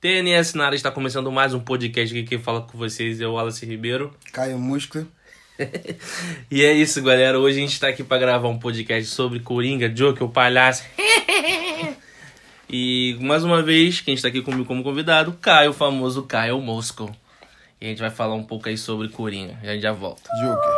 TNS na área está começando mais um podcast que quem fala com vocês é o Wallace Ribeiro. Caio Musca. E é isso, galera. Hoje a gente está aqui para gravar um podcast sobre Coringa, Joker, o palhaço. E mais uma vez, quem está aqui comigo como convidado, Caio, o famoso Caio Mosco. E a gente vai falar um pouco aí sobre Coringa. Já já volta. Joker.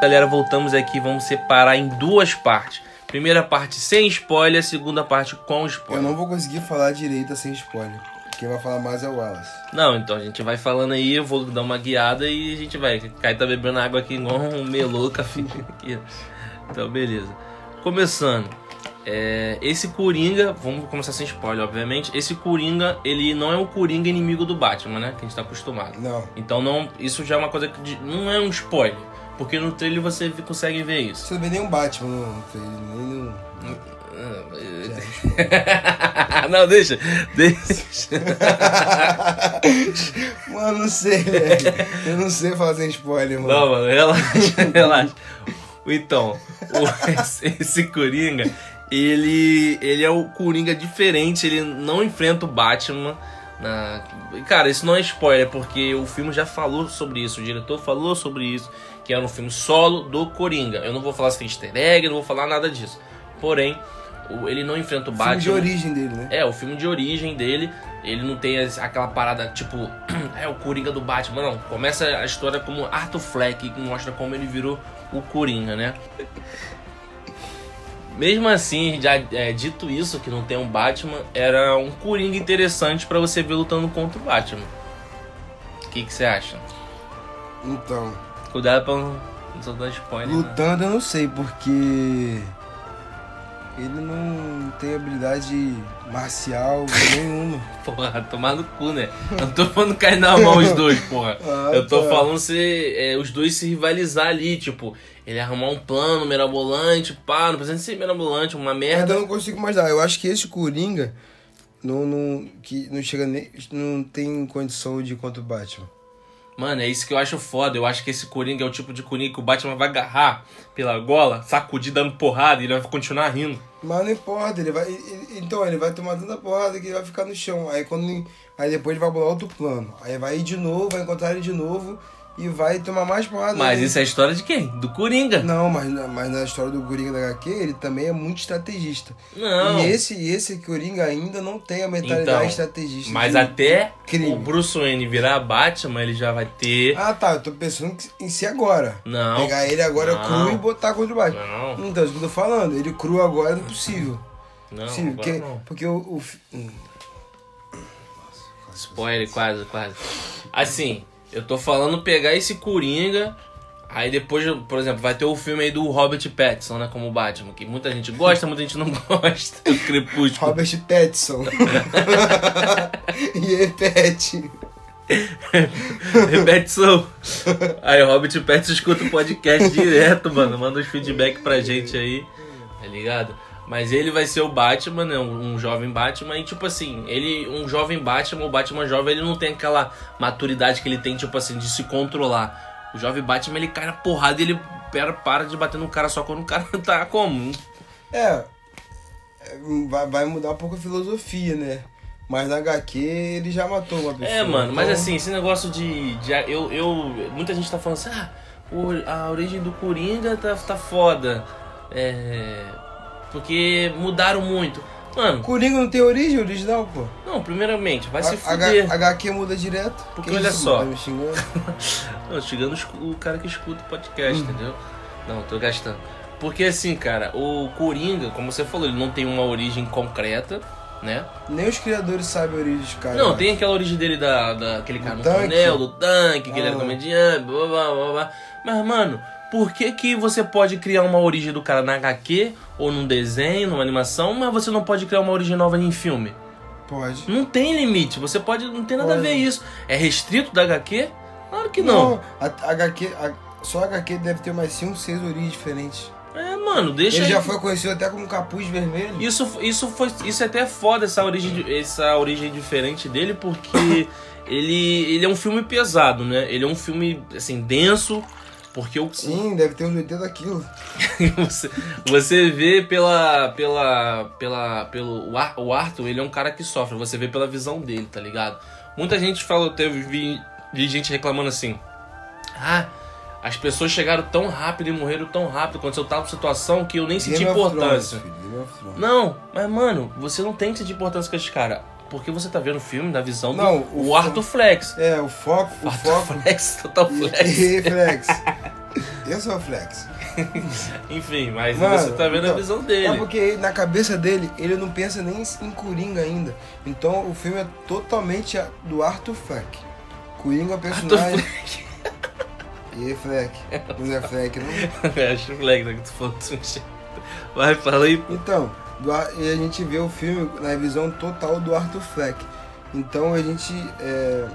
Galera, voltamos aqui, vamos separar em duas partes. Primeira parte sem spoiler, segunda parte com Eu spoiler. não vou conseguir falar direita sem spoiler. Quem vai falar mais é o Wallace. Não, então a gente vai falando aí, eu vou dar uma guiada e a gente vai. Caio tá bebendo água aqui igual um meluca, filho. aqui. Então, beleza. Começando. É, esse Coringa, vamos começar sem spoiler, obviamente. Esse Coringa, ele não é um Coringa inimigo do Batman, né? Que a gente tá acostumado. Não. Então, não, isso já é uma coisa que de- não é um spoiler. Porque no trailer você vi- consegue ver isso. Você não vê nem um Batman no trailer, nem no. Já é spoiler. não, deixa. Deixa. mano, não sei, velho. Eu não sei falar sem spoiler, mano. Não, mano, relaxa, relaxa. Então, o- esse, esse Coringa, ele, ele é o Coringa diferente, ele não enfrenta o Batman. Na... Cara, isso não é spoiler, porque o filme já falou sobre isso, o diretor falou sobre isso, que era um filme solo do Coringa. Eu não vou falar se tem easter egg, eu não vou falar nada disso. Porém, o- ele não enfrenta o O filme de Batman. origem dele, né? É, o filme de origem dele, ele não tem as- aquela parada tipo, é o Coringa do Batman, não. Começa a história como Arthur Fleck, que mostra como ele virou o Coringa, né? Mesmo assim, já é, dito isso, que não tem um Batman, era um Coringa interessante pra você ver lutando contra o Batman. O que que você acha? Então. Cuidado pra não não soltar spoiler. né? Lutando eu não sei, porque. Ele não tem habilidade marcial nenhuma. Porra, tomar no cu, né? Eu não tô falando cair na mão os dois, porra. Ah, Eu tô tá. falando se é, os dois se rivalizar ali, tipo, ele arrumar um plano mirabolante, pá, não precisa ser mirabolante, uma Ainda merda. não consigo mais dar. Eu acho que esse Coringa não, não, que não chega nem. não tem condição de ir contra o Batman. Mano, é isso que eu acho foda. Eu acho que esse Coringa é o tipo de Coringa que o Batman vai agarrar pela gola, sacudir dando porrada e ele vai continuar rindo. Mas não importa, ele vai. ele- então, ele vai tomar tanta porrada que ele vai ficar no chão. Aí quando. Aí depois ele vai pular outro plano. Aí vai ir de novo, vai encontrar ele de novo e vai tomar mais porrada. Mas ainda. isso é a história de quem? Do Coringa. Não, mas, na- mas na história do Coringa da HQ, ele também é muito estrategista. Não. E esse, e esse Coringa ainda não tem a mentalidade Então, estrategista. Mas de- até Crime. o Bruce Wayne virar Batman, ele já vai ter. Ah tá, eu tô pensando que- em si agora. Não. Pegar ele agora Não. cru e botar contra o Batman. Não, Então, isso que eu tô falando, ele cru agora é impossível. não, Possível, agora porque, não. porque o. o fi- hum, Spoiler, quase, quase. Assim, eu tô falando pegar esse Coringa. Aí depois, por exemplo, vai ter o filme aí do Robert Pattinson, né? Como Batman, que muita gente gosta, muita gente não gosta. O Crepúsculo. Robert Pattinson. e repete. Pattinson. Aí o Robert Pattinson escuta o podcast direto, mano. Manda uns feedback pra gente aí, tá ligado? Mas ele vai ser o Batman, né? Um, um jovem Batman. E tipo assim, ele, um jovem Batman, o Batman jovem, ele não tem aquela maturidade que ele tem, tipo assim, de se controlar. O jovem Batman, ele cai na porrada e ele pera, para de bater no cara só quando o cara tá comum. É. é, Vai, vai mudar um pouco a filosofia, né? Mas na HQ ele já matou uma pessoa. É, mano, mas então- assim, esse negócio de. de- eu, eu. Muita gente tá falando assim, ah, o- a origem do Coringa tá, tá foda. É. Porque mudaram muito. Mano, Coringa não tem origem original, pô. não, primeiramente, vai se A- fuder. H- HQ muda direto. Porque Que olha isso, só. Tá me xingando? Não, chegando os- o cara que escuta o podcast, Hum. entendeu? Não, tô gastando. Porque assim, cara, o Coringa, como você falou, ele não tem uma origem concreta, né? Nem os criadores sabem a origem dos caras. Não, eu tem aquela origem dele da, daquele cara no tanque. tonel, do tanque, que ele era Ah. comediante, blá blá blá blá. Mas, mano, por que que você pode criar uma origem do cara na HQ, ou num desenho, numa animação, mas você não pode criar uma origem nova em filme? acho. Pode. Não tem limite, você pode, não tem nada a ver Pode. isso. É restrito da HQ? Claro que não. a, a HQ. a- só a HQ deve ter mais 5, 6 origens diferentes. É, mano, deixa Ele aí. já foi conhecido até como capuz vermelho. Isso, isso foi, isso é até foda essa origem, di- essa origem diferente dele, porque ele, ele é um filme pesado, né? Ele é um filme assim denso, porque o, Sim, deve ter uns 80 quilos. você, você vê pela pela pela pelo o Ar- o Arthur, ele é um cara que sofre, você vê pela visão dele, tá ligado? Muita gente fala, eu teve vi, vi gente reclamando assim: "Ah, as pessoas chegaram tão rápido e morreram tão rápido, aconteceu tal situação que eu nem senti Game of importância". Thrones, filho, Game of Thrones. Não, mas mano, você não tem que sentir importância com esse cara. Porque você tá vendo o filme na visão Não, do o o Arthur Flex. É, o foco, o foco. Flex, total flex. E, e flex. Eu sou flex. Enfim, mas Mano, você tá vendo a então, visão É dele. porque na cabeça dele, ele não pensa nem em Coringa ainda. Então o filme é totalmente a- do Arthur Fleck. Coringa é o Arthur personagem. Flex. E Fleck. Não é Fleck, não? É, acho Flex né, que tu falou do jeito. Vai, fala aí. pô. Então, do Ar- e a gente vê o filme na visão total do Arthur Fleck. Então a gente. é,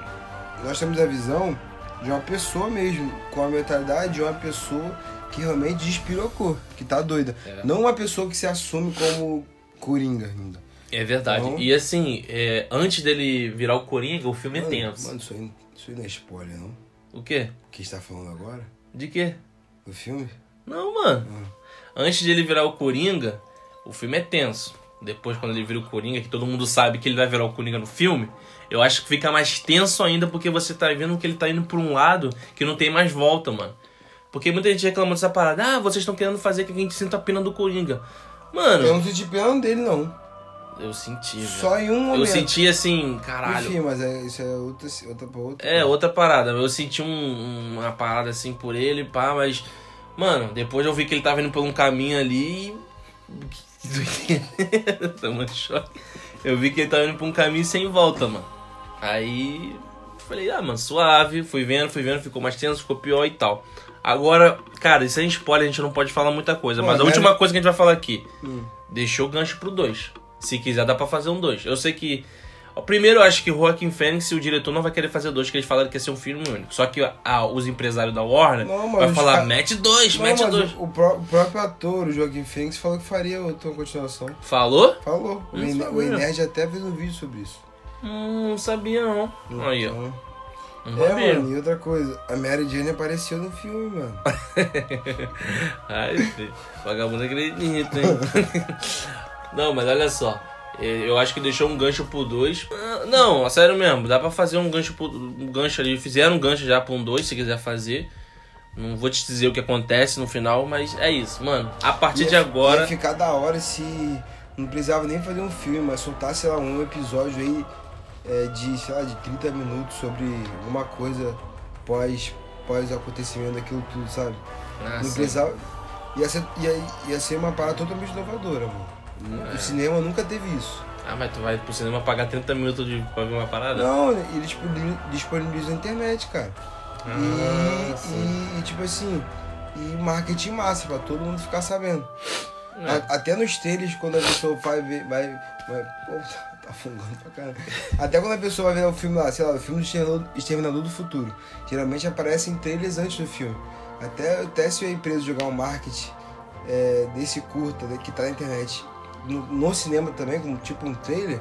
nós temos a visão de uma pessoa mesmo, com a mentalidade de uma pessoa que realmente despirocou, que tá doida. É. Não uma pessoa que se assume como Coringa ainda. É verdade. Não. E assim, é, antes dele virar o Coringa, o filme é Mano, tenso. Mano, isso aí, isso aí não é spoiler, não? O quê? O que está falando agora? De quê? Do filme? Não, mano. Antes de ele virar o Coringa, o filme é tenso. Depois, quando ele vira o Coringa, que todo mundo sabe que ele vai virar o Coringa no filme, eu acho que fica mais tenso ainda porque você tá vendo que ele tá indo por um lado que não tem mais volta, mano. Porque muita gente reclamou dessa parada. Ah, vocês estão querendo fazer que a gente sinta a pena do Coringa. Eu Mano, não senti pena dele, não. eu senti, velho. Só em um Eu momento. senti assim, caralho. Enfim, mas é- isso é outra, outra pra outra. Hum. É, outra parada. Eu senti um- uma parada assim por ele, pá, mas. Mano, depois eu vi que ele tava indo por um caminho ali e. Tomando choque. Eu vi que ele tava indo por um caminho sem volta, mano. Aí. Falei, ah, mano, suave. Fui vendo, fui vendo, ficou mais tenso, ficou pior e tal. Agora, cara, isso é spoiler, a gente não pode falar muita coisa, Pô, mas a agora- última coisa que a gente vai falar aqui Hum. deixou o gancho pro 2. Se quiser, dá pra fazer um 2. Eu sei que. o Primeiro, eu acho que o Joaquim Fênix e o diretor não vai querer fazer dois, que eles falaram que ia ser um filme único. Só que ah, os empresários da Warner Não, mas vai os falar, ca- mete dois, Não, mete mas dois. o, o pró- o próprio ator, o Joaquim Phoenix, falou que faria outra continuação. Falou? Falou. O, Isso Ine- é o mesmo. Inerd até fez um vídeo sobre isso. Hum, não sabia não. Aí, ó. Então, Não É, sabia. mano, e outra coisa, a Mary Jane apareceu no filme, mano. Ai, filho, vagabundo é acredita, hein? Não, mas olha só. eh, Eu acho que deixou um gancho pro 2. Não, a sério mesmo, dá pra fazer um gancho pro, um gancho ali. Fizeram um gancho já pro um 2, se quiser fazer. Não vou te dizer o que acontece no final, mas é isso, mano. A partir de Ia- agora. Ia ficar da hora se não precisava nem fazer um filme, mas soltar, sei lá, um episódio aí é, de, sei lá, de 30 minutos sobre alguma coisa pós, pós acontecimento daquilo tudo, sabe? Ah, não sim. precisava. Ia ser, ia, ia ser uma parada totalmente inovadora, mano. É. O cinema nunca teve isso. Ah, mas tu vai pro cinema pagar 30 minutos de, pra ver uma parada? Não, ele disponibiliza- disponibiliza a internet, cara. E- Ah, sim. e, e, tipo assim, e marketing massa pra todo mundo ficar sabendo. É. A- até nos trailers, quando a pessoa vai ver. Vai, vai, pô, tá, tá afungando pra caramba. Até quando a pessoa vai ver o filme lá, sei lá, o filme do Exterminador- Exterminador do Futuro. Geralmente aparecem trailers antes do filme. Até, até se a empresa jogar um marketing é, desse curta né, que tá na internet no, no cinema também, como tipo um trailer,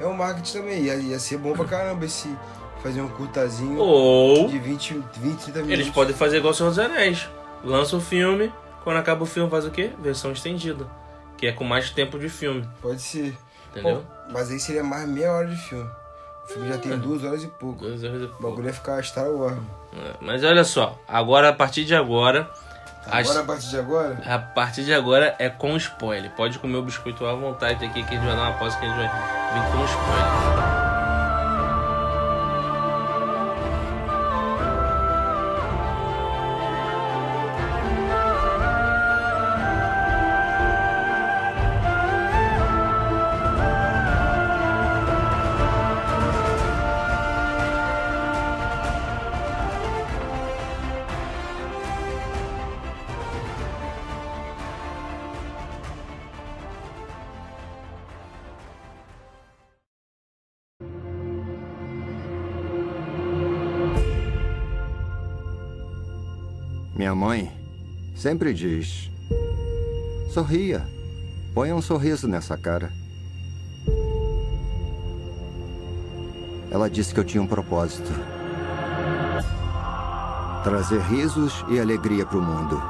é um marketing também. Ia, ia ser bom pra caramba esse fazer um curtazinho Ou de 20, 20, 30 minutos. eles podem fazer igual o Senhor dos Anéis. Lança o filme, quando acaba o filme faz o quê? Versão estendida. Que é com mais tempo de filme, Pode ser. entendeu? É. Pô, mas aí seria mais meia hora de filme. O filme já tem duas horas e pouco. Dois erros e O pouco. bagulho ia ficar Star Wars. É, Mas olha só, agora a partir de agora. as- Agora, a partir de agora, A partir de agora é com spoiler. Pode comer o biscoito à vontade aqui que a gente vai dar uma pausa que a gente vai vir com spoiler. Minha mãe sempre diz: Sorria. Ponha um sorriso nessa cara. Ela disse que eu tinha um propósito: trazer risos e alegria para o mundo.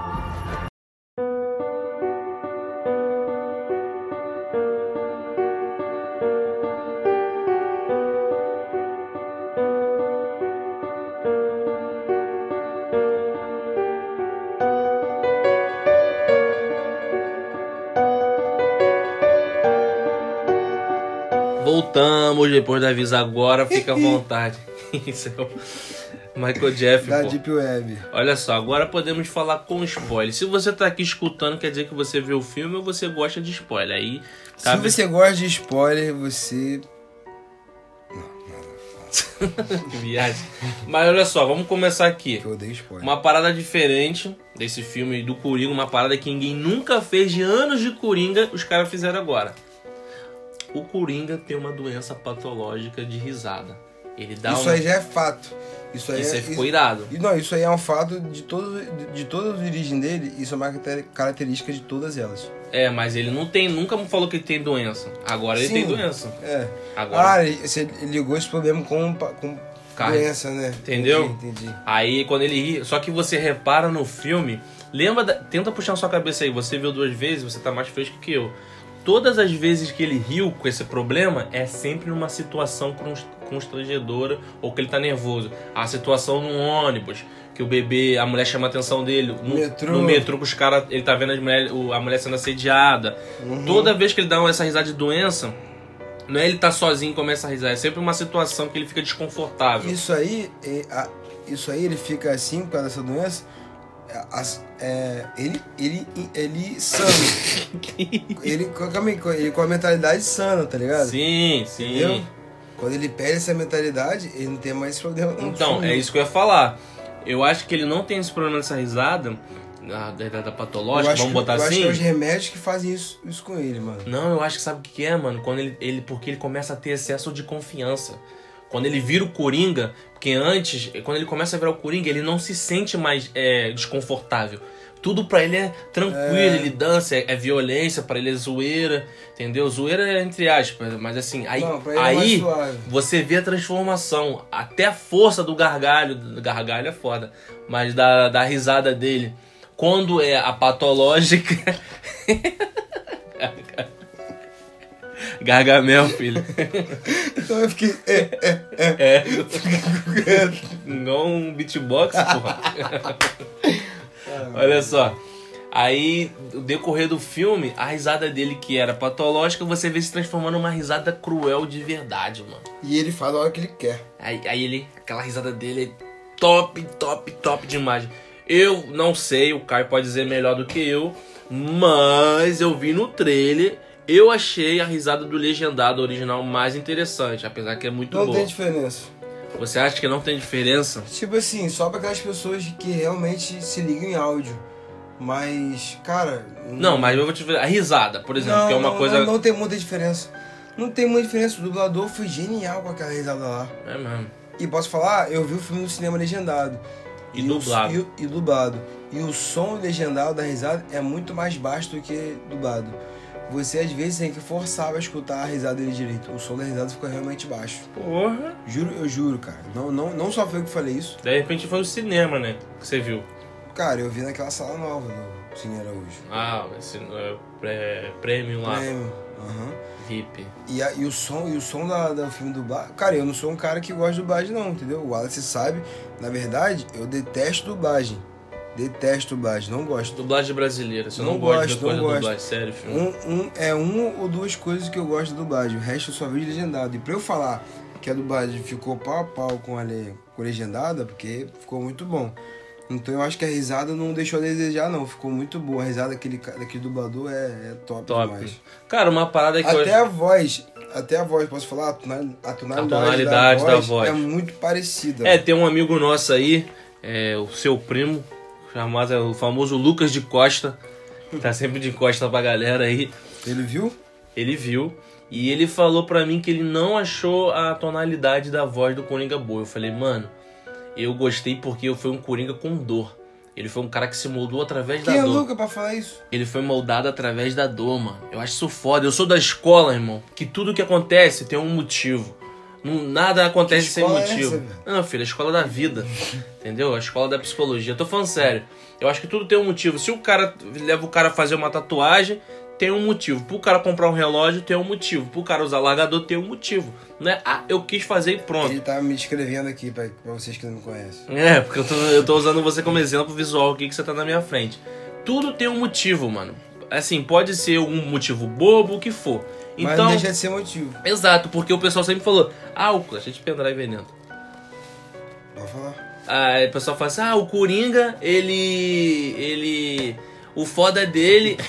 Voltamos depois do aviso agora, fica à vontade. Isso é o Michael Jeff. da pô. Deep Web. Olha só, agora podemos falar com spoiler. Se você tá aqui escutando, quer dizer que você viu o filme ou você gosta de spoiler. Aí cabe. Se você gosta de spoiler, você. Que viagem. Mas olha só, vamos começar aqui. Que eu odeio spoiler. Uma parada diferente desse filme do Coringa, uma parada que ninguém nunca fez de anos de Coringa, os caras fizeram agora. O Coringa tem uma doença patológica de risada. Ele dá Isso um. aí já é fato. Isso aí, Isso é, aí ficou irado. E não, isso aí é um fato de, todos, de, de todas as origens dele, isso é uma caracter- característica de todas elas. É, mas ele não tem, nunca me falou que ele tem doença. Agora ele Sim. tem doença. É. Agora. Ah, ele, você ligou esse problema com, pa- com Carne. doença, né? Entendeu? Entendi. entendi. Aí quando ele ri, só que você repara no filme, lembra, da- tenta puxar na sua cabeça aí, você viu duas vezes, você tá mais fresco que eu. Todas as vezes que ele riu com esse problema, é sempre numa situação cons- constrangedora ou que ele tá nervoso. A situação no ônibus, que o bebê, a mulher chama a atenção dele. No Metrô. no metrô com os caras, ele tá vendo as mulher- o- a mulher sendo assediada. Uhum. Toda vez que ele dá essa risada de doença, não é ele tá sozinho e começa a risar, é sempre uma situação que ele fica desconfortável. Isso aí, é, a- isso aí ele fica assim por causa dessa doença. é, as- é, ele, ele, ele sano. ele, com- calma aí, com- ele com a mentalidade sana, tá ligado? Sim, sim. Entendeu? Quando ele perde essa mentalidade, ele não tem mais esse problema. não, Então, tipo, é isso que eu ia falar. Eu acho que ele não tem esse problema dessa risada, da, da, da eu patológica, acho vamos que- botar eu acho que é os assim. remédios que fazem isso, isso com ele, mano. Não, eu acho que sabe o que que é, mano? Quando ele, ele. Porque ele começa a ter excesso de confiança. Quando ele vira o Coringa, porque antes, quando ele começa a virar o Coringa, ele não se sente mais é, desconfortável. Tudo pra ele é tranquilo, É. ele dança, é, é violência, pra ele é zoeira, entendeu? Zoeira é entre aspas, mas assim, aí, não, pra ele é mais aí suave. você vê a transformação, até a força do gargalho, do gargalho é foda, mas da, da risada dele, quando é a patológica. Gargamel, filho. Então eu fiquei. É, É. Igual um beatbox, porra. Olha só. Aí, no decorrer do filme, a risada dele, que era patológica, você vê se transformando numa risada cruel de verdade, mano. E ele fala a hora que ele quer. Aí, aí ele, aquela risada dele é top, top, top demais. Eu não sei, o Caio pode dizer melhor do que eu, mas eu vi no trailer, eu achei a risada do legendado original mais interessante, apesar que é muito Não boa. tem diferença. Você acha que não tem diferença? Tipo assim, só pra aquelas pessoas que realmente se ligam em áudio. Mas, cara. Não, mas eu vou te ver a risada, por exemplo, não, que é uma não, coisa Não, não tem muita diferença. Não tem muita diferença. O dublador foi genial com aquela risada lá. é mesmo. E posso falar, eu vi o filme no cinema legendado. E o- dublado. e o- E, dublado. E o som legendado da risada é muito mais baixo do que dublado. Você às vezes tem que forçar pra escutar a risada dele direito. O som da risada fica realmente baixo. Porra. Juro, eu juro, cara. Não, não, não só foi eu que falei isso. De repente foi o cinema, né? Que você viu. Cara, eu vi naquela sala nova do Cine Araújo. Ah, esse é, pré- prêmio lá, Prêmio. Aham. VIP. E, a- e o som, e o som da, do filme dublado. Cara, eu não sou um cara que gosta de dublagem, não, entendeu? O Alex sabe. Na verdade, eu detesto dublagem. Detesto dublagem, não gosto. Dublagem brasileira. Você não, Não gosta de gosto, ver coisa não gosto. dublagem, sério, filme. Um, um- é um ou duas coisas que eu gosto de dublagem. O resto eu só vejo legendado. E pra eu falar que a dublagem ficou pau a pau com a, le- com a legendada, porque ficou muito bom. Então eu acho que a risada não deixou a desejar, não. Ficou muito boa. A risada daquele, ca- daquele dublador é, é top, Top. demais. Cara, uma parada que Até eu... a voz, até a voz, posso falar? A tonali- a tonalidade, tonalidade da, da voz voz. é muito parecida. É, tem um amigo nosso aí, é, o seu primo, chamado é, o famoso Lucas de Costa, que tá sempre de costa pra galera aí. Ele viu? Ele viu e ele falou pra mim que ele não achou a tonalidade da voz do Coringa boa. Eu falei, mano, eu gostei porque eu fui um Coringa com dor. Ele foi um cara que se moldou através Quem da é dor. Luca pra falar isso? Ele foi moldado através da dor, mano. Eu acho isso foda. Eu sou da escola, irmão. Que tudo que acontece tem um motivo. Não, nada acontece Que sem escola é motivo. essa, velho? não, filho, a escola da vida. entendeu? A escola da psicologia. Tô falando sério. Eu acho que tudo tem um motivo. Se o cara leva o cara a fazer uma tatuagem, tem um motivo. Pro cara comprar um relógio, tem um motivo. Pro cara usar largador, tem um motivo. Não é, ah, eu quis fazer e pronto. Ele tá me escrevendo aqui pra, pra vocês que não me conhecem. É, porque eu tô, eu tô usando você como exemplo visual aqui que você tá na minha frente. Tudo tem um motivo, mano. Assim, pode ser um motivo bobo, o que for. Mas não Então, deixa de ser motivo. exato, porque o pessoal sempre falou, ah, o a gente pendrive veneno. Pode falar. Aí o pessoal fala assim, ah, o Coringa, ele. ele. O foda é dele.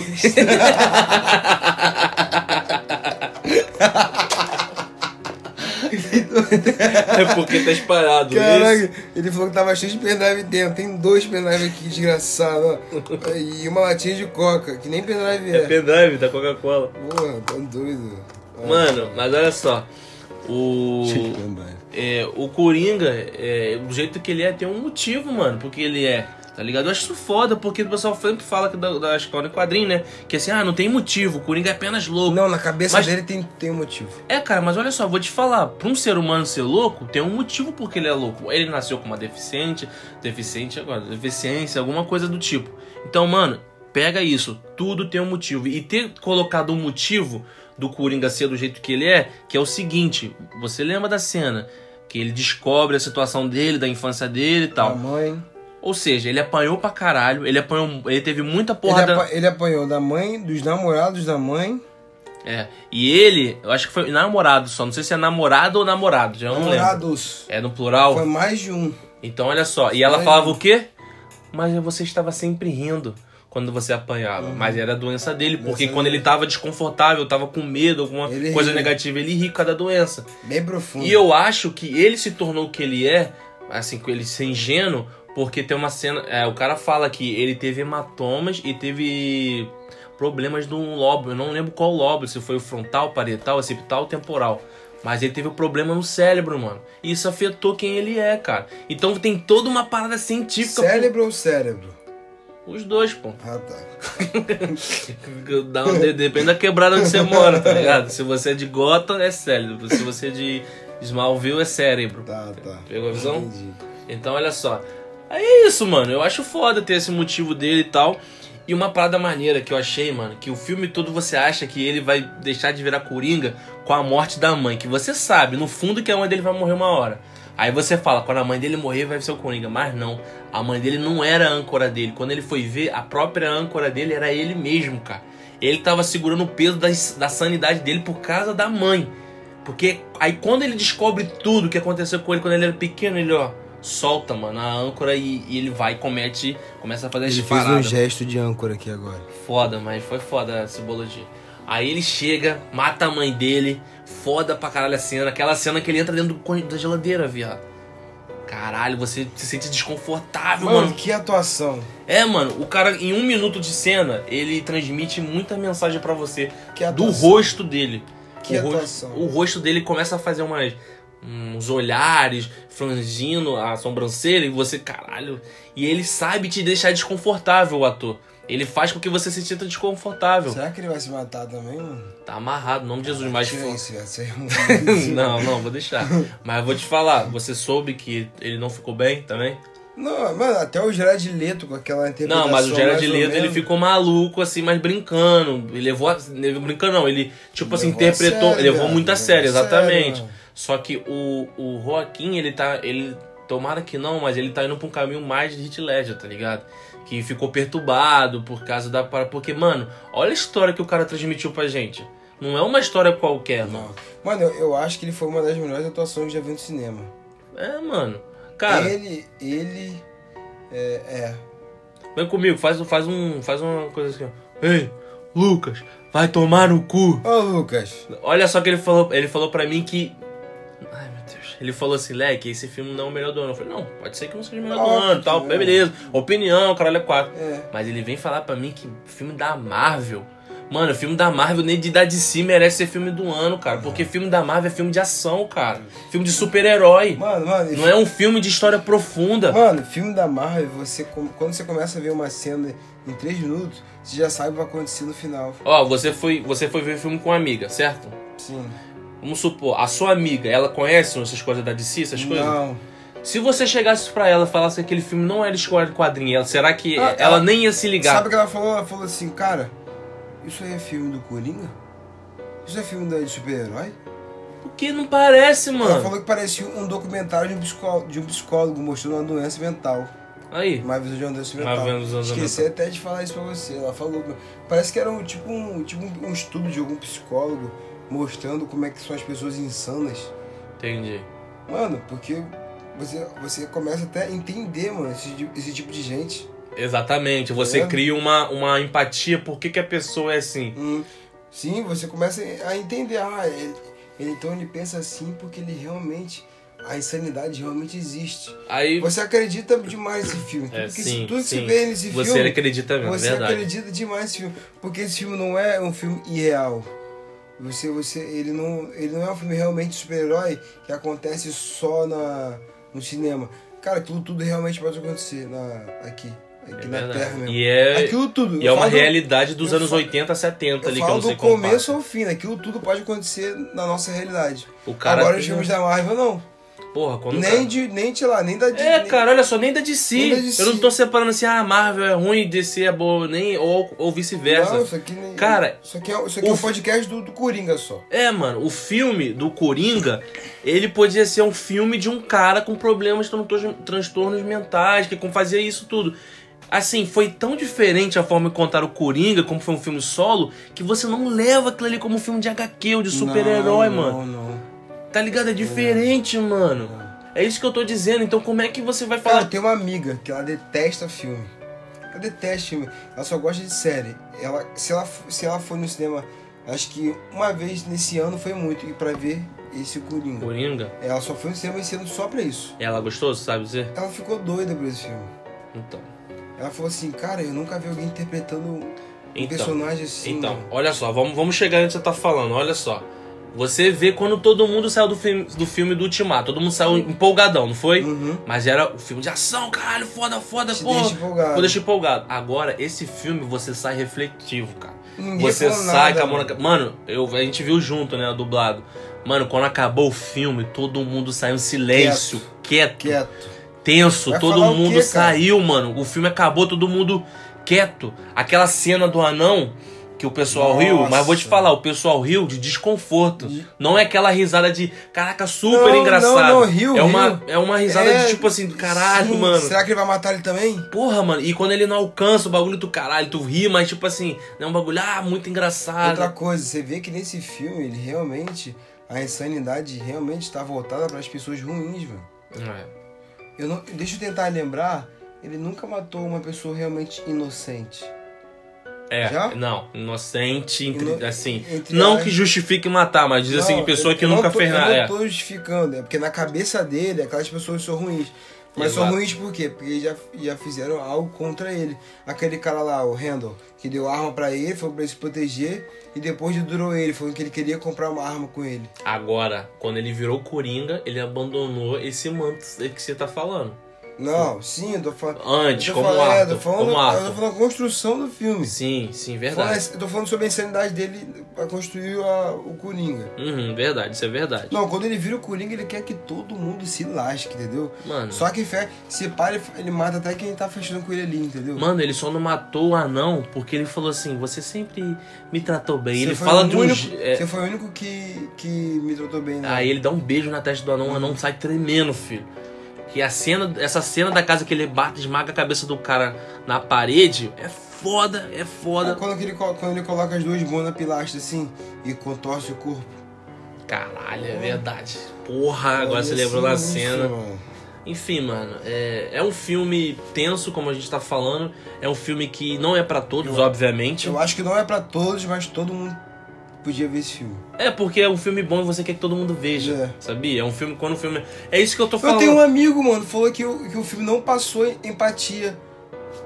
é porque tá espalhado isso. Caraca, ele falou que tava cheio de pendrive dentro. Tem dois pendrive aqui, desgraçado. ó. E uma latinha de coca, que nem pendrive É é. pendrive da Coca-Cola. Porra, tô doido. Ah, É. Mano, mas olha só. O. cheio de pendrive. é, o Coringa, é, do jeito que ele é, tem um motivo, mano, porque ele é. Tá ligado? Eu acho isso foda, porque o pessoal sempre fala que da, da escola em quadrinho, né? Que assim, ah, não tem motivo, o Coringa é apenas louco. Não, na cabeça Mas- dele tem, tem um motivo. É, cara, mas olha só, vou te falar, pra um ser humano ser louco, tem um motivo porque ele é louco. Ele nasceu com uma deficiente, deficiente agora, deficiência, alguma coisa do tipo. Então, mano, pega isso, tudo tem um motivo. E ter colocado um motivo do Coringa ser do jeito que ele é, que é o seguinte, você lembra da cena que ele descobre a situação dele, da infância dele e A tal. mãe. Ou seja, ele apanhou pra caralho, ele apanhou, ele teve muita Ele, porrada. apa- ele apanhou da mãe, dos namorados da mãe. É, e ele, eu acho que foi namorado só, não sei se é namorado ou namorado, já não lembro. namorados. É no plural? Foi mais de um. Então olha só. E ela Ai, falava não. o quê? Mas você estava sempre rindo quando você apanhava. Mas era a doença dele, porque Uhum. Doença quando ele tava desconfortável, tava com medo, alguma Ele coisa ria. negativa, ele ri com cada doença. Bem profundo. E eu acho que ele se tornou o que ele é, assim, com ele ser ingênuo, porque tem uma cena. é, o cara fala que ele teve hematomas e teve problemas no lobo. Eu não lembro qual lobo, se foi o frontal, parietal, occipital ou temporal. Mas ele teve um problema no cérebro, mano. E isso afetou quem ele é, cara. Então tem toda uma parada científica. Cérebro ou cérebro? Os dois, pô. Ah, tá. Dá um- de- depende da quebrada onde você mora, tá ligado? Se você é de Gotham, é cérebro. Se você é de Smallville, é cérebro. Tá, tá. Pegou a visão? Entendi. Então, olha só. Aí É isso, mano. Eu acho foda ter esse motivo dele e tal. E uma parada maneira que eu achei, mano, que o filme todo você acha que ele vai deixar de virar coringa com a morte da mãe. Que você sabe, no fundo, que a mãe dele vai morrer uma hora. Aí você fala, quando a mãe dele morrer, vai ser o Coringa. Mas não, a mãe dele não era a âncora dele. Quando ele foi ver, a própria âncora dele era ele mesmo, cara. Ele tava segurando o peso das- da sanidade dele por causa da mãe. Porque aí quando ele descobre tudo que aconteceu com ele quando ele era pequeno, ele, ó, solta, mano, a âncora e, e ele vai e comete, começa a fazer as Ele fez um paradas. gesto de âncora aqui agora. Foda, mas foi foda a simbologia. Aí ele chega, mata a mãe dele, foda pra caralho a cena, aquela cena que ele entra dentro do corre- da geladeira, viado. Caralho, você se sente desconfortável, Mano, Ah, mano. que atuação. É, mano, o cara, em um minuto de cena, ele transmite muita mensagem pra você. Que do atuação. rosto dele. Que o, rosto, atuação. o rosto dele começa a fazer umas, uns olhares, frangindo a sobrancelha, e você, caralho. E ele sabe te deixar desconfortável, o ator. Ele faz com que você se sinta desconfortável. Será que ele vai se matar também, mano? Tá amarrado, em nome de Jesus, mas. Tira isso, essa é um... não, não, vou deixar. Mas eu vou te falar, você soube que ele não ficou bem também? Não, mano, até o Gerard Leto com aquela interpretação Não, mas o Gerard mais ou Leto, ele menos. ficou maluco, assim, mas brincando. Ele levou. a- ele- Brincando, não, ele, tipo assim, Levou a interpretou. sério, levou cara, muito a levou a sério, sério, exatamente. mano. Só que o, o Joaquim, ele tá. Ele. Tomara que não, mas ele tá indo pra um caminho mais de Hit Ledger, tá ligado? Que ficou perturbado por causa da. para- Porque, mano, olha a história que o cara transmitiu pra gente. Não é uma história qualquer, mano. Não. Mano, eu, eu acho que ele foi uma das melhores atuações que eu já vi no cinema. É, mano. Cara, Ele, ele... É, é. vem comigo, faz, faz um. Faz uma coisa assim, ó. Ei, Lucas, vai tomar no cu. Ô, Lucas. Olha só que ele falou, ele falou para mim que Ai, meu Deus. Ele falou assim, Leque, esse filme não é o melhor do ano. Eu falei, não, pode ser que não seja o melhor do Óbvio ano, que tal, não. beleza. Opinião, caralho, é quatro. É. Mas ele vem falar pra mim que filme da Marvel Mano, o filme da Marvel nem de dar de si merece ser filme do ano, cara. Porque filme da Marvel é filme de ação, cara. Filme de super-herói. Mano, mano, e Não é um filme de história profunda. Mano, filme da Marvel, você, com- quando você começa a ver uma cena em 3 minutos, você já sabe o que vai acontecer no final. Ó, você foi, você foi ver filme com uma amiga, certo? Sim. Vamos supor, a sua amiga, ela conhece essas coisas da DC, essas coisas? Não. Se você chegasse pra ela e falasse que aquele filme não era história de quadrinho, ela, será que Ah, ela, nem ia se ligar? Sabe o que ela falou? Ela falou assim, cara, isso aí é filme do Coringa? Isso é filme da- de super-herói? Porque não parece, Ela mano. falou que parecia um documentário de um psicólogo, de um psicólogo mostrando uma doença mental. Aí. Uma visão de uma doença Uma mental. visão de uma Esqueci até de falar isso pra você. Ela falou. Parece que era um, tipo, um, tipo um estudo de algum psicólogo mostrando como é que são as pessoas insanas. Entendi. Mano, porque você, você começa até a entender, mano, esse, di- esse tipo de gente. Exatamente. Você Tá vendo? cria uma, uma empatia por que, que a pessoa é assim. Hum, sim, você começa a entender. Ah, ele, ele- então ele pensa assim porque ele realmente. A insanidade realmente existe. Aí Você acredita demais nesse filme. Tudo, É, que, sim, tudo que sim. se vê nesse você filme. acredita mesmo, é Você verdade. acredita demais nesse filme, porque esse filme não é um filme irreal. Você, você, ele não, ele não é um filme realmente de super-herói que acontece só na, no cinema. Cara, aquilo tudo realmente pode acontecer na, aqui, aqui É na verdade. Terra mesmo. E é- aquilo tudo. E é Eu uma falo do- realidade dos eu anos falo- 80, 70 Eu ali que eu falo não sei do como começo passa. ao fim, né? aquilo tudo pode acontecer na nossa realidade. O cara Agora tem- um- os filmes da Marvel não. Porra, quando o cara- Nem de, nem de lá, nem da Disney. É, cara, olha só, nem da DC. Nem da DC. Eu não tô separando assim, ah, Marvel é ruim, DC é boa, nem ou, ou Não, vice-versa. isso aqui nem. Cara, isso aqui é, isso aqui é o um fi- podcast do, do Coringa só. É, mano, o filme do Coringa, ele podia ser um filme de um cara com problemas, transtor- transtornos mentais, que com- fazia isso tudo. Assim, foi tão diferente a forma de contar o Coringa, como foi um filme solo, que você não leva aquilo ali como um filme de HQ ou de super-herói, Não, mano. Não, não. Tá ligado? É diferente, mano. É isso que eu tô dizendo, então como é que você vai falar Cara, tem uma amiga que ela detesta filme. Ela detesta filme. Ela só gosta de série. Ela, se, ela, f- se ela foi no cinema, acho que uma vez nesse ano foi muito. E pra ver esse Coringa. Coringa? Ela só foi no cinema esse ano só pra isso. Ela gostou, sabe dizer? Ela ficou doida por esse filme. Então. Ela falou assim, cara, eu nunca vi alguém interpretando um Então, personagem assim. Então, mano." olha só, vamos, vamos chegar onde você tá falando, olha só. Você vê quando todo mundo saiu do filme do, filme do Ultimato, todo mundo saiu empolgadão, não foi? Uhum. Mas era o filme de ação, caralho, foda, foda, Te porra. deixa empolgado. Pô, deixa empolgado. Agora, esse filme você sai refletivo, cara. Ninguém você falou sai nada, com a mão na ca- Mano, eu, a gente viu junto, né, dublado. Mano, quando acabou o filme, todo mundo saiu em silêncio, quieto, Quieto. tenso, Vai todo falar o mundo quê, cara? saiu, mano. O filme acabou, todo mundo quieto. Aquela cena do anão que o pessoal Nossa. Hum. riu, mas vou te falar, o pessoal riu de desconforto. Não é aquela risada de, caraca, super Não, engraçado. não, não, riu, é uma riu. é uma risada É, de tipo assim, caralho, Sim, mano. Será que ele vai matar ele também? Porra, mano, e quando ele não alcança o bagulho do caralho, tu ri, mas tipo assim, é um bagulho, ah, né? muito engraçado. Outra coisa, você vê que nesse filme ele realmente. A insanidade realmente está voltada para as pessoas ruins, velho. É. Eu não, deixa eu tentar lembrar, ele nunca matou uma pessoa realmente inocente. É, Já? não, inocente, entre- Ino- assim, entre não as- que justifique matar, mas diz assim, Não, pessoa eu- que eu não nunca tô- fez nada. Eu é. não tô justificando, é porque na cabeça dele aquelas pessoas são ruins. Mas são Exato. ruins por quê? Porque já, já fizeram algo contra ele. Aquele cara lá, o Randall, que deu arma pra ele, falou pra ele se proteger, e depois durou ele, falando que ele queria comprar uma arma com ele. Agora, quando ele virou Coringa, ele abandonou esse manto que você tá falando. Não, sim, eu tô falando. Antes, eu tô como falando, é, eu ato. tô falando, Como Eu tô ato. falando a construção do filme. Sim, sim, Falando verdade. esse- eu tô falando sobre a insanidade dele pra construir a- o Coringa. Uhum, verdade, isso é verdade. Não, quando ele vira o Coringa, ele quer que todo mundo se lasque, entendeu? Mano. Só que fe- se para, ele- ele mata até quem tá fechando com ele ali, entendeu? Mano, ele só não matou o anão porque ele falou assim: você sempre me tratou bem. Você ele foi fala o de um. único- je- é, Você foi o único que, que me tratou bem, né? Aí ele dá um beijo na testa do anão, o anão sai tremendo, filho. Que a cena, essa cena da casa que ele bate, esmaga a cabeça do cara na parede, é foda, é foda. Quando, ele, co- quando ele coloca as duas mãos na pilastra assim e contorce o corpo. Caralho, é verdade. Porra, Ah, agora você Olha, lembrou da sinistro, cena. mano. Enfim, mano, é, é um filme tenso, como a gente tá falando. É um filme que não é pra todos, obviamente. Eu acho que não é pra todos, mas todo mundo podia ver esse filme. É porque é um filme bom e você quer que todo mundo veja, É. sabia? É um filme, quando o filme... É isso que eu tô Eu falando. tenho um amigo, mano, falou que o, que o filme não passou empatia.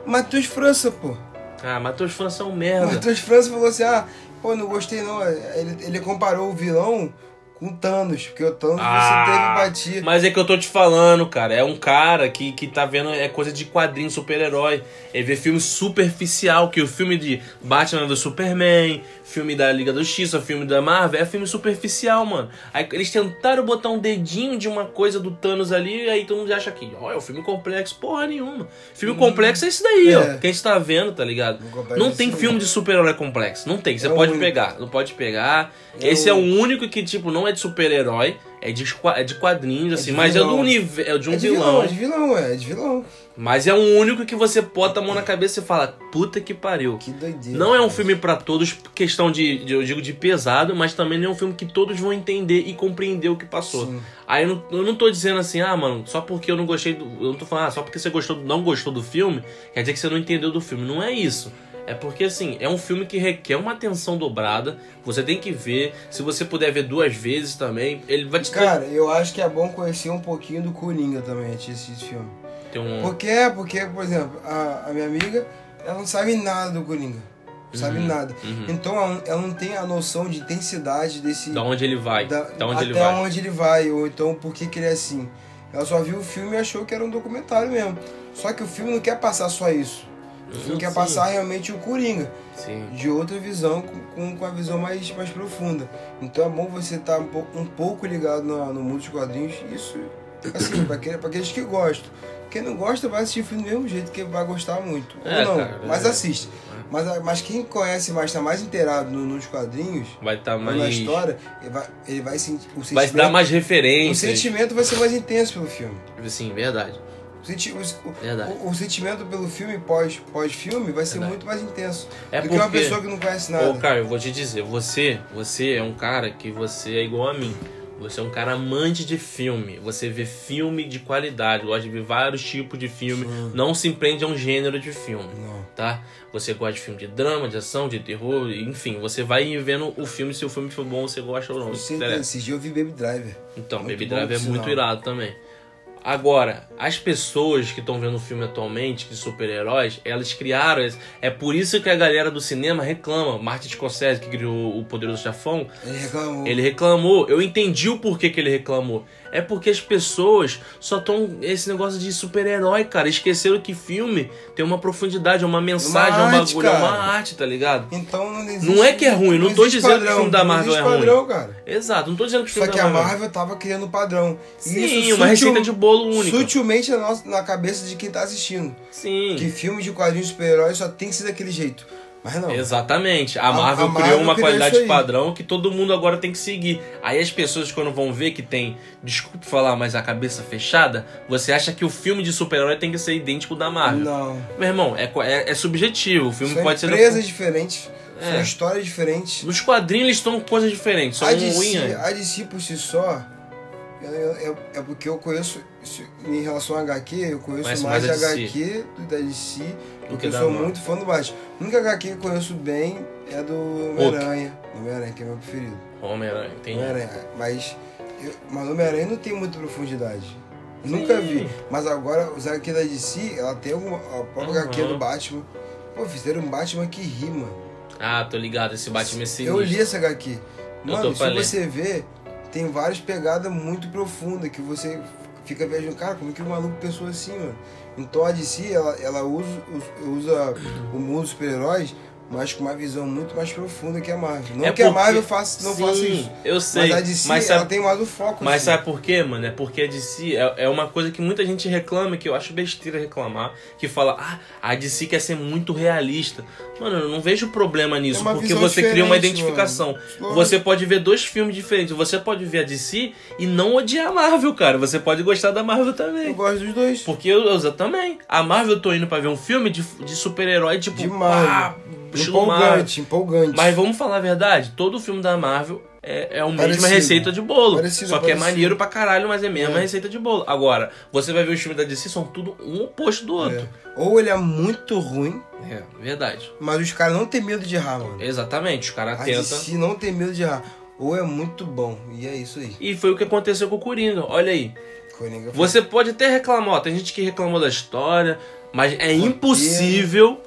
Matheus França, pô. Ah, Matheus França é um merda. Matheus França falou assim: ah, pô, não gostei não. Ele, ele comparou o vilão com o Thanos, porque o Thanos Ah, você teve batido. Mas é que eu tô te falando, cara. É um cara que, que tá vendo é coisa de quadrinho super-herói. Ele vê filme superficial, que o filme de Batman vs Superman, filme da Liga da Justiça, filme da Marvel, é filme superficial, mano. Aí eles tentaram botar um dedinho de uma coisa do Thanos ali, e aí todo mundo acha que, ó, é um filme complexo. Porra nenhuma. Filme complexo é esse daí, é. ó. Que a gente tá vendo, tá ligado? Não complexo Não é tem isso, filme não. de super-herói complexo. Não tem. Você É o pode único. pegar. Não pode pegar. É Esse é o- o único que, tipo, não é de super-herói. É de, esqua- é de quadrinhos, assim, de mas é do vilão. universo. É de um É de vilão. vilão, é de vilão, é, é de vilão. Mas é um único que você bota a mão na cabeça e fala, puta que pariu. Que doideira. Não é um cara. filme pra todos, questão de, de- eu digo, de pesado, mas também não é um filme que todos vão entender e compreender o que passou. Sim. Aí eu não, eu não tô dizendo assim, ah, mano, só porque eu não gostei do. Eu não tô falando, ah, só porque você gostou, não gostou do filme, quer dizer que você não entendeu do filme. Não é isso. É porque, assim, é um filme que requer uma atenção dobrada, você tem que ver. Se você puder ver duas vezes também, ele vai te Cara, eu acho que é bom conhecer um pouquinho do Coringa também, antes desse filme. ter um. Por quê? Porque, por exemplo, a, a minha amiga, ela não sabe nada do Coringa. Não Uhum, sabe nada. Então ela, ela não tem a noção de intensidade desse. Da onde ele vai. Da, onde até ele vai. onde ele vai, ou então por que, que ele é assim. Ela só viu o filme e achou que era um documentário mesmo. Só que o filme não quer passar só isso. O filme Hum, quer sim. passar realmente o Coringa, Sim. de outra visão, com, com, com a visão mais, mais profunda. Então é bom você estar um, pou- um pouco ligado na- no, mundo dos quadrinhos. Isso, assim, pra, aquele- pra aqueles que gostam. Quem não gosta vai assistir o filme do mesmo jeito, que vai gostar muito. É, ou não, cara, mas é. assiste. Mas, a- mas quem conhece mais, tá mais inteirado no- nos quadrinhos, Vai estar na mais. história, ele vai, ele vai sentir o Vai se dar sentimento- mais o referências. sentimento vai ser mais intenso pelo filme. Sim, verdade. O, senti- o- o- Verdade. o- o sentimento pelo filme pós- pós-filme vai ser Verdade. muito mais intenso. É do porque. que uma pessoa que não conhece nada. Ô, cara, eu vou te dizer, você, você é um cara que você é igual a mim. Você é um cara amante de filme. Você vê filme de qualidade, gosta de ver vários tipos de filme. Não se prende a um gênero de filme, Não. tá? Você gosta de filme de drama, de ação, de terror, enfim, você vai vendo o filme se o filme for bom, você gosta ou não. Você, Não interessa. esse dia eu vi Baby Driver. Então, Muito Baby bom, Drive é por muito sinal. irado também. Agora, as pessoas que estão vendo o filme atualmente, de super-heróis, elas criaram. esse- É por isso que a galera do cinema reclama. Martin Scorsese, que criou o Poderoso Chafão, Ele reclamou. ele reclamou. Eu entendi o porquê que ele reclamou. É porque as pessoas só estão. Esse negócio de super-herói, cara. Esqueceram que filme tem uma profundidade, é uma mensagem, é um arte, bagulho, é uma cara. arte, tá ligado? Então não existe. Não é que é ruim, não tô existe dizendo que o padrão, filme da não Marvel existe é ruim. padrão, cara. Exato, não tô dizendo que o Só filme que da a Marvel- Marvel tava criando um padrão. E Sim, isso uma sutil- receita de bolo única. Sutilmente na, nossa- na cabeça de quem tá assistindo. Sim. Que filme de quadrinhos de super-heróis só tem que ser daquele jeito. Mas não. Exatamente. A A- Marvel a Marvel criou uma criou isso qualidade aí. padrão que todo mundo agora tem que seguir. Aí as pessoas, quando vão ver que tem, desculpe falar, mas a cabeça fechada, você acha que o filme de super-herói tem que ser idêntico da Marvel. Não. Meu irmão, é, co- é- é subjetivo. O filme São pode empresas ser. diferentes, É. são histórias diferentes. Nos quadrinhos eles estão coisas diferentes, são A de, si, ruins. né? a de si por si só, é, é, é porque eu conheço, isso- em relação a HQ, eu conheço Conhece mais, mais de a de si. HQ do da DC, porque eu da sou Marvel. muito fã do Batman. A única HQ que eu conheço bem é do Hulk. Homem-Aranha. Homem-Aranha, que é meu preferido. Homem-Aranha, entendi. Homem-Aranha. Mas, eu, mas Homem-Aranha não tem muita profundidade. Nunca vi. Mas agora, os HQ da DC, ela tem alguma, a própria Uhum. HQ do Batman. Pô, fizeram um Batman que rima. Ah, tô ligado, esse Batman é Eu sinistro. li essa HQ. Eu Mano, tô se pra ler. você ver, tem várias pegadas muito profundas que você fica viajando. Cara, como é que o maluco pensou assim, mano? Então a DC, ela, ela usa, us- usa o mundo dos super-heróis, mas com uma visão muito mais profunda que a Marvel. Não É que a porque- Marvel faça, não Sim, faça isso. Eu sei. mas a é DC, sabe- ela tem mais o foco. Mas assim. sabe por quê, mano? É porque a DC é, é uma coisa que muita gente reclama, que eu acho besteira reclamar, que fala, ah, a DC quer ser muito realista. Mano, eu não vejo problema nisso, É uma porque visão você cria uma diferente, identificação. Lógico. Você pode ver dois filmes diferentes. Você pode ver a DC e não odiar a Marvel, cara. Você pode gostar da Marvel Eu também. gosto dos dois. Porque eu, eu também. A Marvel eu tô indo pra ver um filme de, de super-herói, tipo, De Marvel. pá, estilo Marvel. Empolgante, empolgante. Mas vamos falar a verdade, todo filme da Marvel é, é a mesma Parecido. receita de bolo. Parecido, só que parecido. é maneiro pra caralho, mas é a mesma É. receita de bolo. Agora, você vai ver os filmes da DC, são tudo um oposto do outro. É. Ou ele é muito ruim, É, verdade. mas os caras não têm medo de errar, mano. Exatamente, os caras A tentam. DC não tem medo de errar. Ou é muito bom, e é isso aí. E foi o que aconteceu com o Coringa, olha aí. Coringa foi- Você pode até reclamar, ó, tem gente que reclamou da história, mas é impossível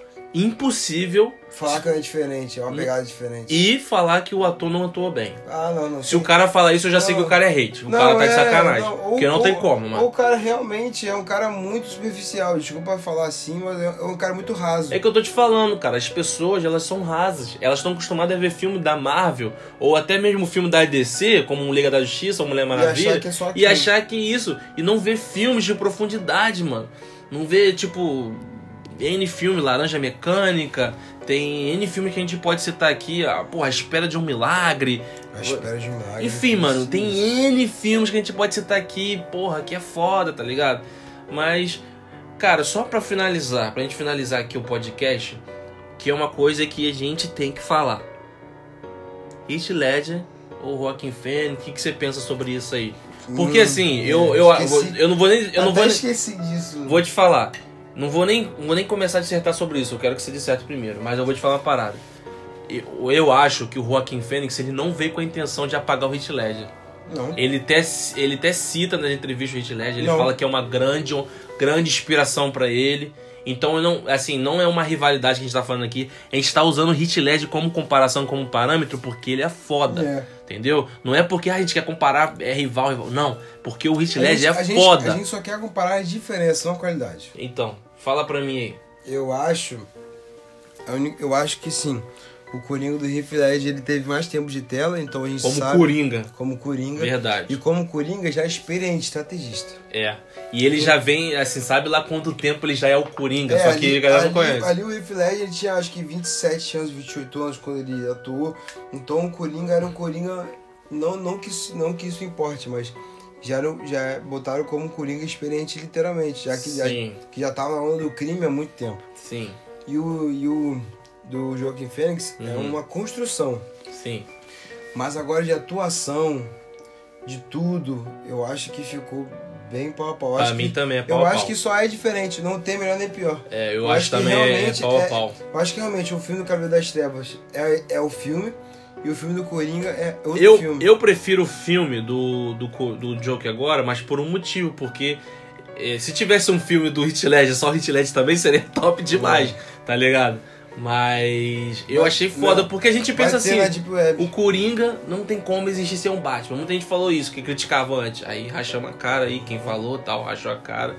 impossível Falar que é diferente, é uma pegada diferente. e falar que o ator não atuou bem. Ah, não, não. Se sei. o cara falar isso, eu já sei que Não. o cara é hate. O cara tá de é, sacanagem. não, ou- porque não tem ou- como, mano. Ou o cara realmente é um cara muito superficial, desculpa falar assim, mas é é um cara muito raso. É que eu tô te falando, cara, as pessoas, elas são rasas. Elas estão acostumadas a ver filme da Marvel, ou até mesmo filme da DC, como um Liga da Justiça, ou Mulher Maravilha, achar que é só e aquilo. achar que isso. E não ver filmes de profundidade, mano. Não ver, tipo, N filme, Laranja Mecânica, tem N filme que a gente pode citar aqui, ah, porra, A Espera de um Milagre. A espera de um milagre. Enfim, mano, Isso. tem N filmes que a gente pode citar aqui, porra, que é foda, tá ligado? Mas, cara, só pra finalizar, pra gente finalizar aqui o podcast, que é uma coisa que a gente tem que falar. Heath Ledger ou Joaquin Phoenix, o que, que você pensa sobre isso aí? Porque Hum, assim, eu, eu, esqueci. eu, não vou nem. Eu não Até vou, nem- esqueci disso. vou te falar. Não vou nem, não vou nem começar a dissertar sobre isso, eu quero que você disserte primeiro, mas eu vou te falar uma parada. Eu, eu acho que o Joaquim Fênix ele não veio com a intenção de apagar o Heath Ledger. Não. Ele até, ele até cita nas entrevistas do Heath Ledger, ele Não. fala que é uma grande, grande inspiração pra ele. Então, eu não, assim, não é uma rivalidade que a gente tá falando aqui. A gente tá usando o Heath Ledger como comparação, como parâmetro, porque ele é foda. É. Entendeu? Não é porque ah, a gente quer comparar, é rival, rival. Não, porque o Heath A gente- Ledger a é gente- foda. A gente só quer comparar as diferenças, não a qualidade. Então, fala pra mim aí. Eu acho. a uni- Eu acho que sim. O Coringa do Heath Ledger, ele teve mais tempo de tela, então a gente Como sabe. Coringa. Como Coringa. Verdade. E como Coringa já é experiente, estrategista. É. E ele já vem, assim, sabe lá quanto tempo ele já é o Coringa, É, só que a galera não ali- conhece. Ali o Heath Ledger tinha acho que 27 anos, 28 anos quando ele atuou. Então o Coringa era um Coringa. Não, não, que, isso- não que isso importe, mas já, era um- já botaram como um Coringa experiente, literalmente, já que, já, Sim. que já tava na onda do crime há muito tempo. Sim, E o, e o do Joaquim Fênix é Uhum. uma construção. sim. Mas agora de atuação, de tudo, eu acho que ficou bem pau a pau. Pra Acho mim que- também é eu pau a acho pau. que só é diferente, não tem melhor nem pior. É, eu, Eu acho, acho que também é- é realmente pau a é- pau. Eu acho que realmente o filme do Cabelo das Trevas é, é o filme e o filme do Coringa é outro Eu, filme. eu prefiro o filme do, do, Co- do Joker agora, mas por um motivo, porque eh, se tivesse um filme do Hit Ledger, só o Hit Ledger também seria top demais, tá ligado? Mas eu Mas, achei foda, não, porque a gente Vai pensa assim, ter na Deep Web. o Coringa não tem como existir sem um Batman. Muita gente falou isso, que criticava antes. Aí rachamos a cara aí, quem falou tal, rachou a cara.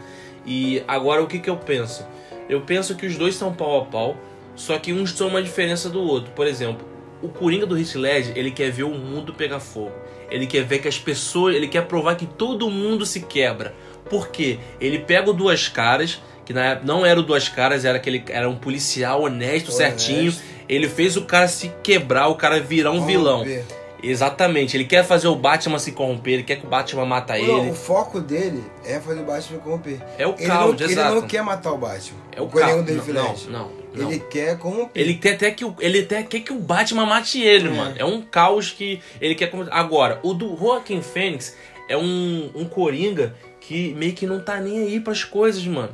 E agora o que, que eu penso? Eu penso que os dois são pau a pau, só que uns são uma diferença do outro. Por exemplo, o Coringa do Heath Ledger, ele quer ver o mundo pegar fogo. Ele quer ver que as pessoas, ele quer provar que todo mundo se quebra. Por quê? Ele pega o Duas Caras, que na época não era o Duas Caras, era aquele era um policial honesto, certinho. Ele fez o cara se quebrar, o cara virar um é, Vamos vilão. ver. Exatamente, ele quer fazer o Batman se corromper, ele quer que o Batman mata Não, ele. o foco dele é fazer o Batman corromper. É o Ele, não, caos, ele exato. não quer matar o Batman. é o Coringa caos. do Heath Não, Ledger. não, não. Ele Ele... quer corromper. quer até que o, ele até quer que o Batman mate ele, É. mano. É um caos que ele quer. com- Agora, o do Joaquin Fênix é um, um coringa que meio que não tá nem aí pras coisas, mano.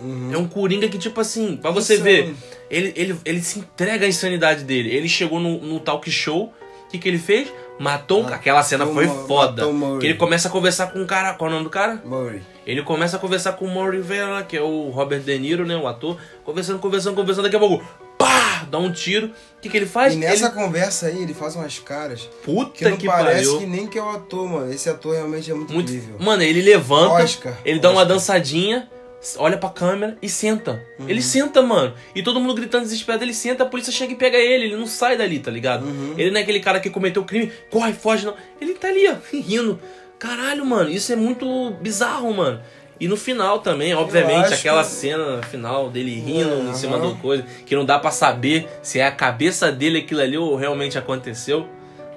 Uhum. É um coringa que, tipo assim, pra você Isso é ver, um- Ele, ele, ele se entrega à insanidade dele. Ele chegou no, no talk show. O que, que ele fez? Matou um. Matou Aquela cena foi uma- foda. matou o Murray. Que ele começa a conversar com o cara. Qual é o nome do cara? Murray. Ele começa a conversar com o Mauro Rivera, que é o Robert De Niro, né? O ator. Conversando, conversando, conversando. Daqui a pouco, pá! Dá um tiro. O que, que ele faz? E nessa Ele, conversa aí, ele faz umas caras puta que não que parece pariu. que nem que é o ator, mano. Esse ator realmente é muito, Muito- incrível. Mano, ele levanta, Oscar, ele dá uma Oscar. Uhum. dançadinha, olha pra câmera e senta. Ele senta, mano. E todo mundo gritando desesperado, ele senta, a polícia chega e pega ele, ele não sai dali, tá ligado? Uhum. Ele não é aquele cara que cometeu o crime, corre, foge, não. Ele tá ali, ó, rindo. Caralho, mano, isso é muito bizarro, mano. E no final também, obviamente, acho aquela que- cena final dele rindo Uhum. em cima do coisa, que não dá pra saber se é a cabeça dele aquilo ali ou realmente aconteceu,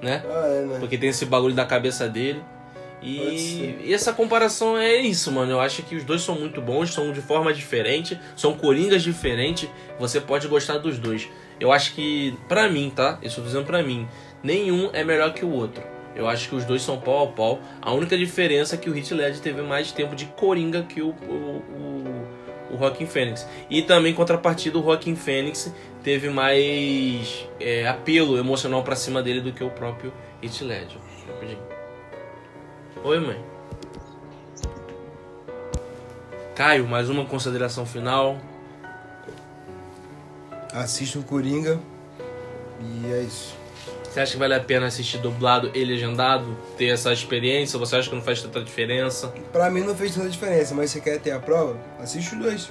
né? Ah, é, né? Porque tem esse bagulho da cabeça dele. Pode E, ser. e essa comparação é isso, mano. Eu acho que os dois são muito bons, são de forma diferente, são coringas diferentes. Você pode gostar dos dois. Eu acho que, pra mim, tá? Isso eu tô dizendo pra mim. Nenhum é melhor que o outro. Eu acho que os dois são pau a pau. A única diferença é que o Hit Led teve mais tempo de coringa que o, o, o, o Rockin' Fênix. E também, em contrapartida, o Rockin' Fênix teve mais é, apelo emocional pra cima dele do que o próprio Hit Ledger. Rapidinho. Oi, mãe. Caio, mais uma consideração final. Assistam Coringa. E é isso. Você acha que vale a pena assistir dublado e legendado? Ter essa experiência? Ou você acha que não faz tanta diferença? Pra mim não fez tanta diferença, mas você quer ter a prova? Assiste os dois.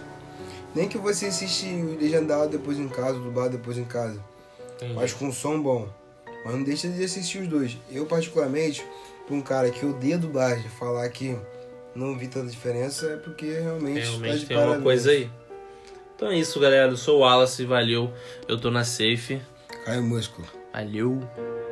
Nem que você assiste o legendado depois em casa, o dublado depois em casa. Mas com um som bom. Mas não deixa de assistir os dois. Eu, particularmente, pra um cara que odeia dublagem, falar que não vi tanta diferença é porque realmente. É, tá Realmente de tem alguma parabéns. coisa aí. Então é isso, galera. Eu sou o Wallace, valeu. Eu tô na safe. Caio Músculo. Valeu.